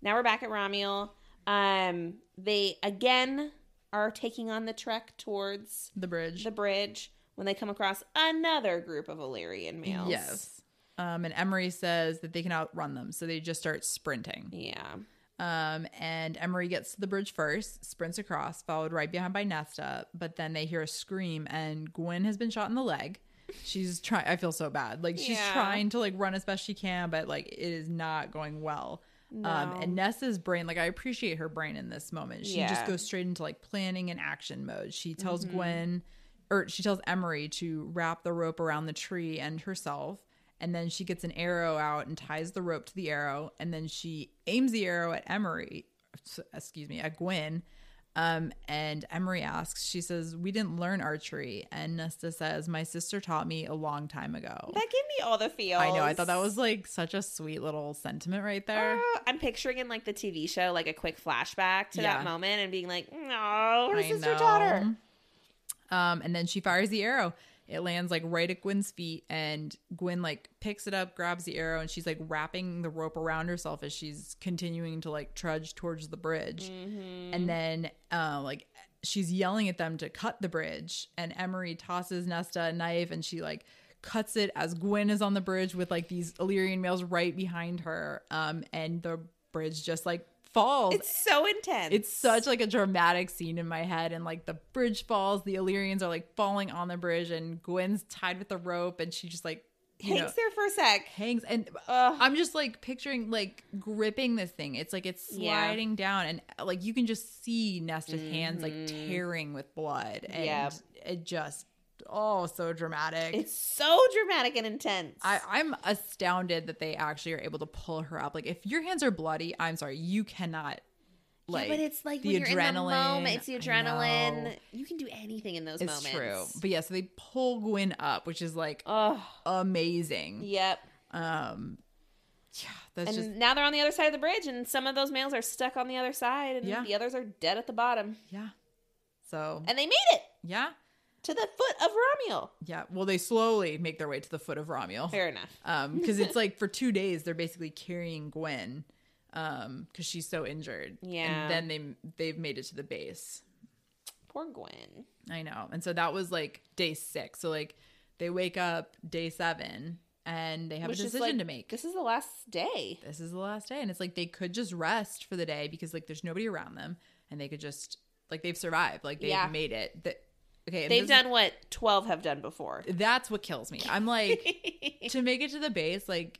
Speaker 2: Now we're back at Ramiel. Um, they again are taking on the trek towards
Speaker 1: the bridge
Speaker 2: the bridge when they come across another group of Illyrian males.
Speaker 1: Yes. Um, and Emery says that they can outrun them, so they just start sprinting.
Speaker 2: Yeah.
Speaker 1: Um, and Emery gets to the bridge first, sprints across, followed right behind by Nesta. But then they hear a scream, and Gwen has been shot in the leg. She's trying. I feel so bad. Like she's
Speaker 2: Yeah.
Speaker 1: trying to like run as best she can, but like it is not going well. Um, and Nessa's brain, like I appreciate her brain in this moment. She
Speaker 2: Yeah. Mm-hmm.
Speaker 1: just goes straight into like planning and action mode. She tells Gwen, or she tells Emery to wrap the rope around the tree and herself. And then she gets an arrow out and ties the rope to the arrow. And then she aims the arrow at Emery, s- excuse me, at Gwen. Um, and Emery asks, she says, We didn't learn archery. And Nesta says, My sister taught me a long time ago.
Speaker 2: That gave me all the feels.
Speaker 1: I know. I thought that was like such a sweet little sentiment right there.
Speaker 2: Oh, I'm picturing in like the TV show, like a quick flashback to that
Speaker 1: Yeah.
Speaker 2: moment and being like, no, her
Speaker 1: I
Speaker 2: sister
Speaker 1: know.
Speaker 2: taught her.
Speaker 1: Um, and then she fires the arrow. It lands like right at Gwen's feet, and Gwen like picks it up, grabs the arrow, and she's like wrapping the rope around herself as she's continuing to like trudge towards the bridge.
Speaker 2: Mm-hmm.
Speaker 1: And then, uh, like she's yelling at them to cut the bridge, and Emery tosses Nesta a knife, and she like cuts it as Gwen is on the bridge with like these Illyrian males right behind her. Um, and the bridge just like falls,
Speaker 2: It's so intense.
Speaker 1: it's such like a dramatic scene in my head and like the bridge falls the illyrians are like falling on the bridge and gwen's tied with the rope and she just like you
Speaker 2: hangs
Speaker 1: know,
Speaker 2: there for a sec.
Speaker 1: hangs and
Speaker 2: Ugh.
Speaker 1: i'm just like picturing like gripping this thing it's like it's
Speaker 2: Yeah.
Speaker 1: sliding down and like you can just see nesta's hands like
Speaker 2: Mhm.
Speaker 1: tearing with blood and
Speaker 2: Yep.
Speaker 1: it just oh so dramatic
Speaker 2: It's so dramatic and intense.
Speaker 1: I, I'm astounded that they actually are able to pull her up. Like, if your hands are bloody, I'm sorry, you cannot. Like,
Speaker 2: yeah, but it's like
Speaker 1: the
Speaker 2: when you're in the moment,
Speaker 1: adrenaline.
Speaker 2: it's the
Speaker 1: I
Speaker 2: adrenaline.
Speaker 1: know.
Speaker 2: You can do anything in those
Speaker 1: It's
Speaker 2: moments.
Speaker 1: true. But yeah, so they pull Gwen up, which is like
Speaker 2: Ugh.
Speaker 1: amazing.
Speaker 2: Yep.
Speaker 1: Um, yeah, that's
Speaker 2: and
Speaker 1: just
Speaker 2: now they're on the other side of the bridge, and some of those males are stuck on the other side, and
Speaker 1: Yeah.
Speaker 2: the others are dead at the bottom.
Speaker 1: yeah. So
Speaker 2: And they made it
Speaker 1: yeah,
Speaker 2: to the foot of Romeo.
Speaker 1: yeah. Well, they slowly make their way to the foot of Romeo.
Speaker 2: Fair enough.
Speaker 1: um because it's like for two days they're basically carrying gwen um because she's so injured
Speaker 2: Yeah.
Speaker 1: and then they they've made it to the base
Speaker 2: Poor Gwen.
Speaker 1: i know and so that was like day six so like they wake up day seven and they have
Speaker 2: Which
Speaker 1: a
Speaker 2: is,
Speaker 1: decision
Speaker 2: like,
Speaker 1: to make
Speaker 2: This is the last day.
Speaker 1: this is the last day and it's like they could just rest for the day because like there's nobody around them and they could just like they've survived like they've
Speaker 2: Yeah.
Speaker 1: made it that okay and
Speaker 2: They've
Speaker 1: this
Speaker 2: done what 12 have done before.
Speaker 1: is- that's what kills me i'm like
Speaker 2: *laughs*
Speaker 1: to make it to the base, like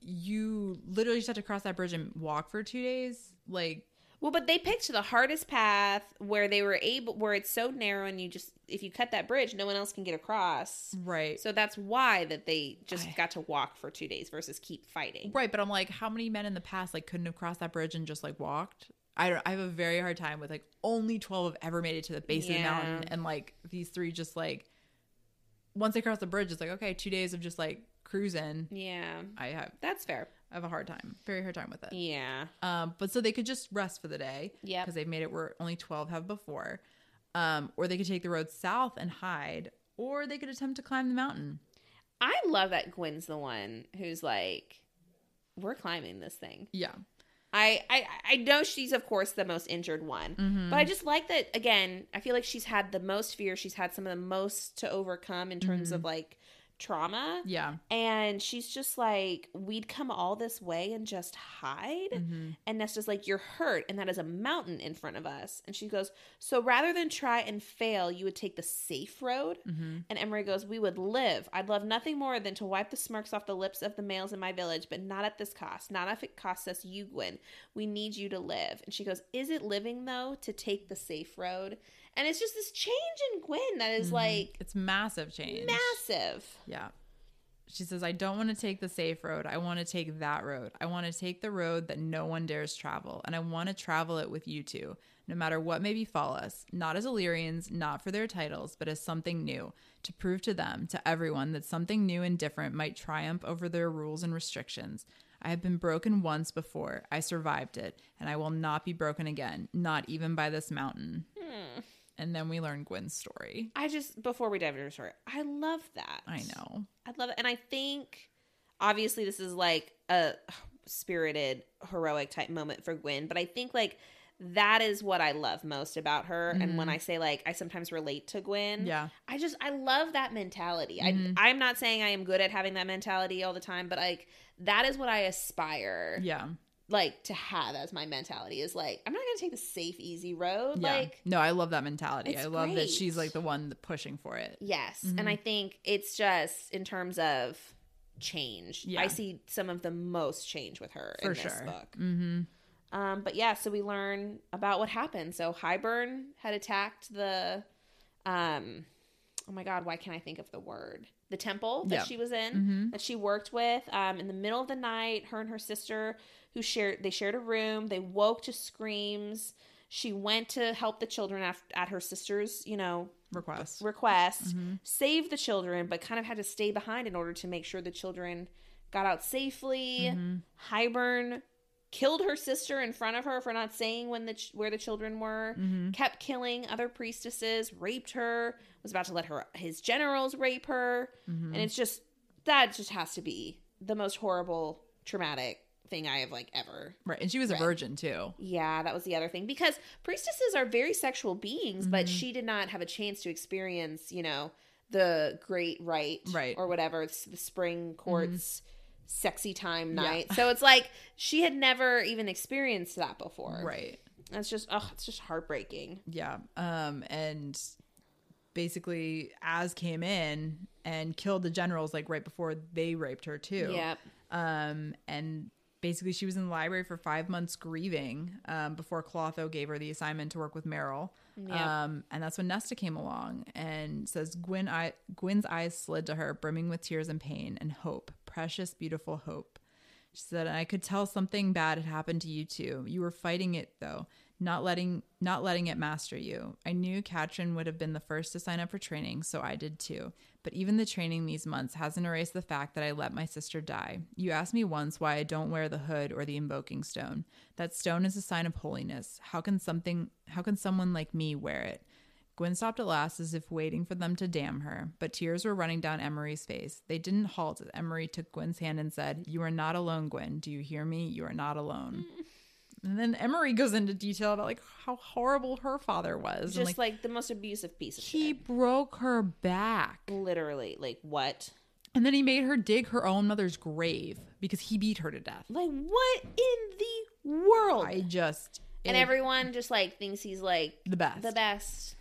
Speaker 1: you literally just have to cross that bridge and walk for two days. Like,
Speaker 2: well, but they picked the hardest path where they were able, where it's so narrow, and you just, if you cut that bridge, no one else can get across.
Speaker 1: right.
Speaker 2: So that's why that they just
Speaker 1: I-
Speaker 2: got to walk for two days versus keep fighting.
Speaker 1: right, but I'm like, how many men in the past like couldn't have crossed that bridge and just like walked? I don't I have a very hard time with like only twelve have ever made it to the base of the
Speaker 2: Yeah.
Speaker 1: mountain and like these three just like once they cross the bridge, it's like, okay, two days of just like cruising.
Speaker 2: Yeah,
Speaker 1: I have
Speaker 2: that's fair.
Speaker 1: I have a hard time. Very hard time with it.
Speaker 2: Mm-hmm. Yeah,
Speaker 1: Um, but so they could just rest for the day.
Speaker 2: Yep.
Speaker 1: Because they've made it where only 12 have before. Um, or they could take the road south and hide, or they could attempt to climb the mountain.
Speaker 2: I love that Gwen's the one who's like, "We're climbing this thing."
Speaker 1: Yeah.
Speaker 2: I I, I know she's of course the most injured one,
Speaker 1: Mhm.
Speaker 2: but I just like that. Again, I feel like she's had the most fear. She's had some of the most to overcome in terms of like trauma,
Speaker 1: Yeah.
Speaker 2: and she's just like, "We'd come all this way and just hide."
Speaker 1: Mhm.
Speaker 2: And Nesta's like, You're hurt, and that is a mountain in front of us. And she goes, So rather than try and fail, you would take the safe road?
Speaker 1: Mhm.
Speaker 2: And Emery goes, We would live. I'd love nothing more than to wipe the smirks off the lips of the males in my village, but not at this cost. Not if it costs us you, Gwen. We need you to live. And she goes, Is it living, though, to take the safe road? And it's just this change in Gwen that is,
Speaker 1: Mhm.
Speaker 2: like
Speaker 1: it's massive change.
Speaker 2: massive.
Speaker 1: Yeah. She says, I don't want to take the safe road. I want to take that road. I want to take the road that no one dares travel. And I want to travel it with you two, no matter what may befall us, not as Illyrians, not for their titles, but as something new, to prove to them, to everyone, that something new and different might triumph over their rules and restrictions. I have been broken once before. I survived it, and I will not be broken again, not even by this mountain.
Speaker 2: Hmm.
Speaker 1: And then we learn Gwen's story.
Speaker 2: I just, before we dive into her story, I love that.
Speaker 1: I know.
Speaker 2: I love it. And I think obviously this is like a spirited heroic type moment for Gwen, but I think like that is what I love most about her. And when
Speaker 1: Mhm.
Speaker 2: I say like I sometimes relate to Gwen,
Speaker 1: Yeah.
Speaker 2: I just I love that mentality.
Speaker 1: Mhm.
Speaker 2: I I'm not saying I am good at having that mentality all the time, but like that is what I aspire
Speaker 1: Yeah.
Speaker 2: like to have as my mentality is like I'm not going to take the safe easy road
Speaker 1: Yeah.
Speaker 2: like
Speaker 1: no, I love that mentality.
Speaker 2: It's
Speaker 1: I love that
Speaker 2: great.
Speaker 1: she's like the one that pushing for it.
Speaker 2: Yes.
Speaker 1: Mhm.
Speaker 2: And I think it's just in terms of change.
Speaker 1: Yeah.
Speaker 2: I see some of the most change with her
Speaker 1: For
Speaker 2: in this
Speaker 1: sure.
Speaker 2: book.
Speaker 1: Mm-hmm.
Speaker 2: Um, but yeah, so we learn about what happened. So Highburn had attacked the um oh my god, why can't I think of the word? The temple that
Speaker 1: Yeah.
Speaker 2: she was in
Speaker 1: Mm-hmm.
Speaker 2: that she worked with um, in the middle of the night her and her sister who shared they shared a room they woke to screams she went to help the children af- at her sister's you know
Speaker 1: Request.
Speaker 2: request
Speaker 1: hmm
Speaker 2: save the children, but kind of had to stay behind in order to make sure the children got out safely.
Speaker 1: mm-hmm,
Speaker 2: Highburn killed her sister in front of her for not saying when the ch- where the children were.
Speaker 1: hmm
Speaker 2: Kept killing other priestesses, raped her, was about to let her his generals rape her,
Speaker 1: hmm
Speaker 2: and it's just that just has to be the most horrible, traumatic thing I have like ever
Speaker 1: Right. And she was a
Speaker 2: Right.
Speaker 1: virgin too.
Speaker 2: yeah, that was the other thing because priestesses are very sexual beings, but
Speaker 1: Mhm.
Speaker 2: she did not have a chance to experience, you know, the great right,
Speaker 1: Right. Mm-hmm.
Speaker 2: or whatever, it's the spring courts, sexy time
Speaker 1: Yeah.
Speaker 2: night. So it's like she had never even experienced that before.
Speaker 1: Right.
Speaker 2: That's just oh, it's just heartbreaking.
Speaker 1: Yeah. Um. And basically, Az came in and killed the generals like right before they raped her too.
Speaker 2: Yep.
Speaker 1: Um. And basically, she was in the library for five months grieving. Um. Before Clotho gave her the assignment to work with Meryl.
Speaker 2: Yeah.
Speaker 1: Um, and that's when Nesta came along and says Gwen I Gwen's eyes slid to her, brimming with tears and pain and hope, precious, beautiful hope. She said, I could tell something bad had happened to you two. You were fighting it though. not letting not letting it master you. I knew Katrin would have been the first to sign up for training, so I did too. But even the training these months hasn't erased the fact that I let my sister die. You asked me once why I don't wear the hood or the invoking stone. That stone is a sign of holiness. How can something how can someone like me wear it? Gwen stopped at last as if waiting for them to damn her, but tears were running down Emery's face. They didn't halt as Emery took Gwen's hand and said, You are not alone, Gwen. Do you hear me? You are
Speaker 2: *laughs*
Speaker 1: not alone. And then Emery goes into detail about like how horrible her father was.
Speaker 2: Just
Speaker 1: and,
Speaker 2: like, the most abusive piece of
Speaker 1: he
Speaker 2: shit.
Speaker 1: broke her back.
Speaker 2: Literally, like what?
Speaker 1: And then he made her dig her own mother's grave because he beat her to death.
Speaker 2: Like what in the world?
Speaker 1: I just
Speaker 2: and
Speaker 1: it-
Speaker 2: everyone just like thinks he's like
Speaker 1: the best.
Speaker 2: the best.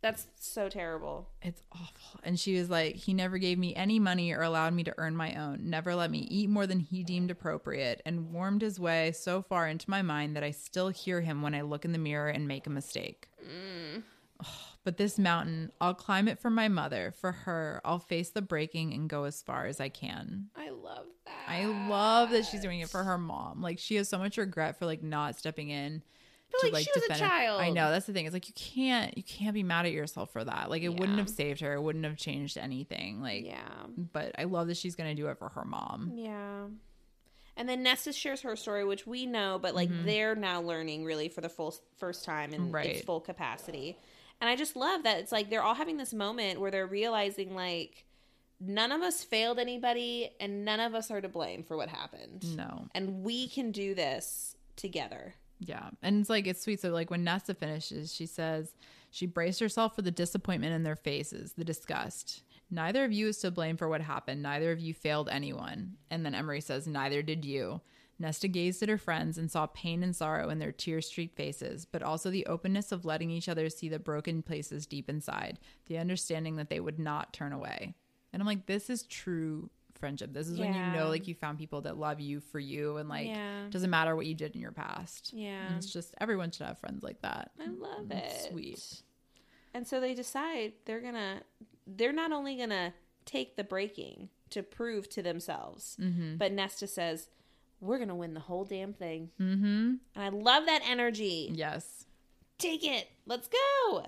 Speaker 2: That's so terrible.
Speaker 1: It's awful. And she was like, he never gave me any money or allowed me to earn my own, never let me eat more than he deemed appropriate, and warmed his way so far into my mind that I still hear him when I look in the mirror and make a mistake. Ugh, but this mountain, I'll climb it for my mother, for her. I'll face the breaking and go as far as I can.
Speaker 2: I love that.
Speaker 1: I love that she's doing it for her mom. Like she has so much regret for like not stepping in.
Speaker 2: But, like, she was a
Speaker 1: her-
Speaker 2: child.
Speaker 1: I know that's the thing. It's like you can't you can't be mad at yourself for that. Like it
Speaker 2: Yeah.
Speaker 1: wouldn't have saved her. It wouldn't have changed anything. Like
Speaker 2: Yeah.
Speaker 1: but I love that she's gonna do it for her mom.
Speaker 2: Yeah. And then Nesta shares her story, which we know, but like they're now learning really for the full first time in its
Speaker 1: Mm-hmm. Right.
Speaker 2: full capacity. And I just love that it's like they're all having this moment where they're realizing like none of us failed anybody and none of us are to blame for what happened.
Speaker 1: No.
Speaker 2: And we can do this together.
Speaker 1: Yeah. And it's like it's sweet. So like when Nesta finishes, she says she braced herself for the disappointment in their faces, the disgust. Neither of you is to blame for what happened. Neither of you failed anyone. And then Emery says, Neither did you. Nesta gazed at her friends and saw pain and sorrow in their tear streaked faces, but also the openness of letting each other see the broken places deep inside, the understanding that they would not turn away. And I'm like, this is true friendship. This is when
Speaker 2: Yeah.
Speaker 1: you know like you found people that love you for you and like
Speaker 2: Yeah.
Speaker 1: doesn't matter what you did in your past.
Speaker 2: Yeah.
Speaker 1: And it's just everyone should have friends like that.
Speaker 2: I love
Speaker 1: That's
Speaker 2: it.
Speaker 1: sweet.
Speaker 2: And so they decide they're going to they're not only going to take the breaking to prove to themselves, but Nesta says, "We're going to win the whole damn thing."
Speaker 1: Mm-hmm.
Speaker 2: And I love that energy.
Speaker 1: Yes.
Speaker 2: Take it. Let's go.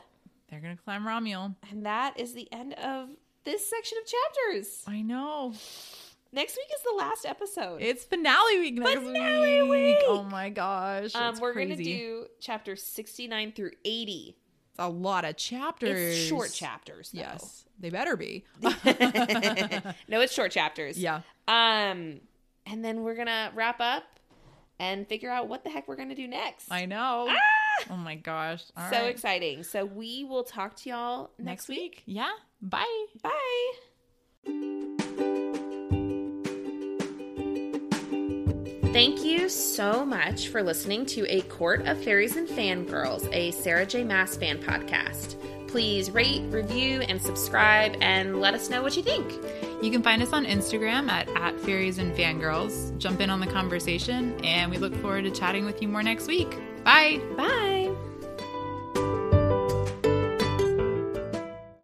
Speaker 1: They're gonna climb Romule.
Speaker 2: And that is the end of this section of chapters.
Speaker 1: I know.
Speaker 2: Next week is the last episode.
Speaker 1: It's finale week next
Speaker 2: Finale week!
Speaker 1: Oh my gosh.
Speaker 2: um,
Speaker 1: it's
Speaker 2: we're
Speaker 1: crazy.
Speaker 2: going to do chapters 69 through 80.
Speaker 1: It's a lot of chapters.
Speaker 2: It's short chapters, though.
Speaker 1: Yes. They better *laughs* be.
Speaker 2: *laughs* no, it's short
Speaker 1: *laughs*
Speaker 2: chapters.
Speaker 1: yeah.
Speaker 2: Um, and then we're gonna wrap up and figure out what the heck we're gonna do next. Ah!
Speaker 1: I know. Oh my gosh. All
Speaker 2: so
Speaker 1: right.
Speaker 2: exciting. So we will talk to y'all next, week.
Speaker 1: Yeah. Bye.
Speaker 2: Bye. Thank you so much for listening to A Court of Fairies and Fangirls, a Sarah J. Mass fan podcast. Please rate, review, and subscribe and let us know what you think.
Speaker 1: You can find us on Instagram at, at fairies and fangirls. Jump in on the conversation, and we look forward to chatting with you more next week. Bye.
Speaker 2: Bye.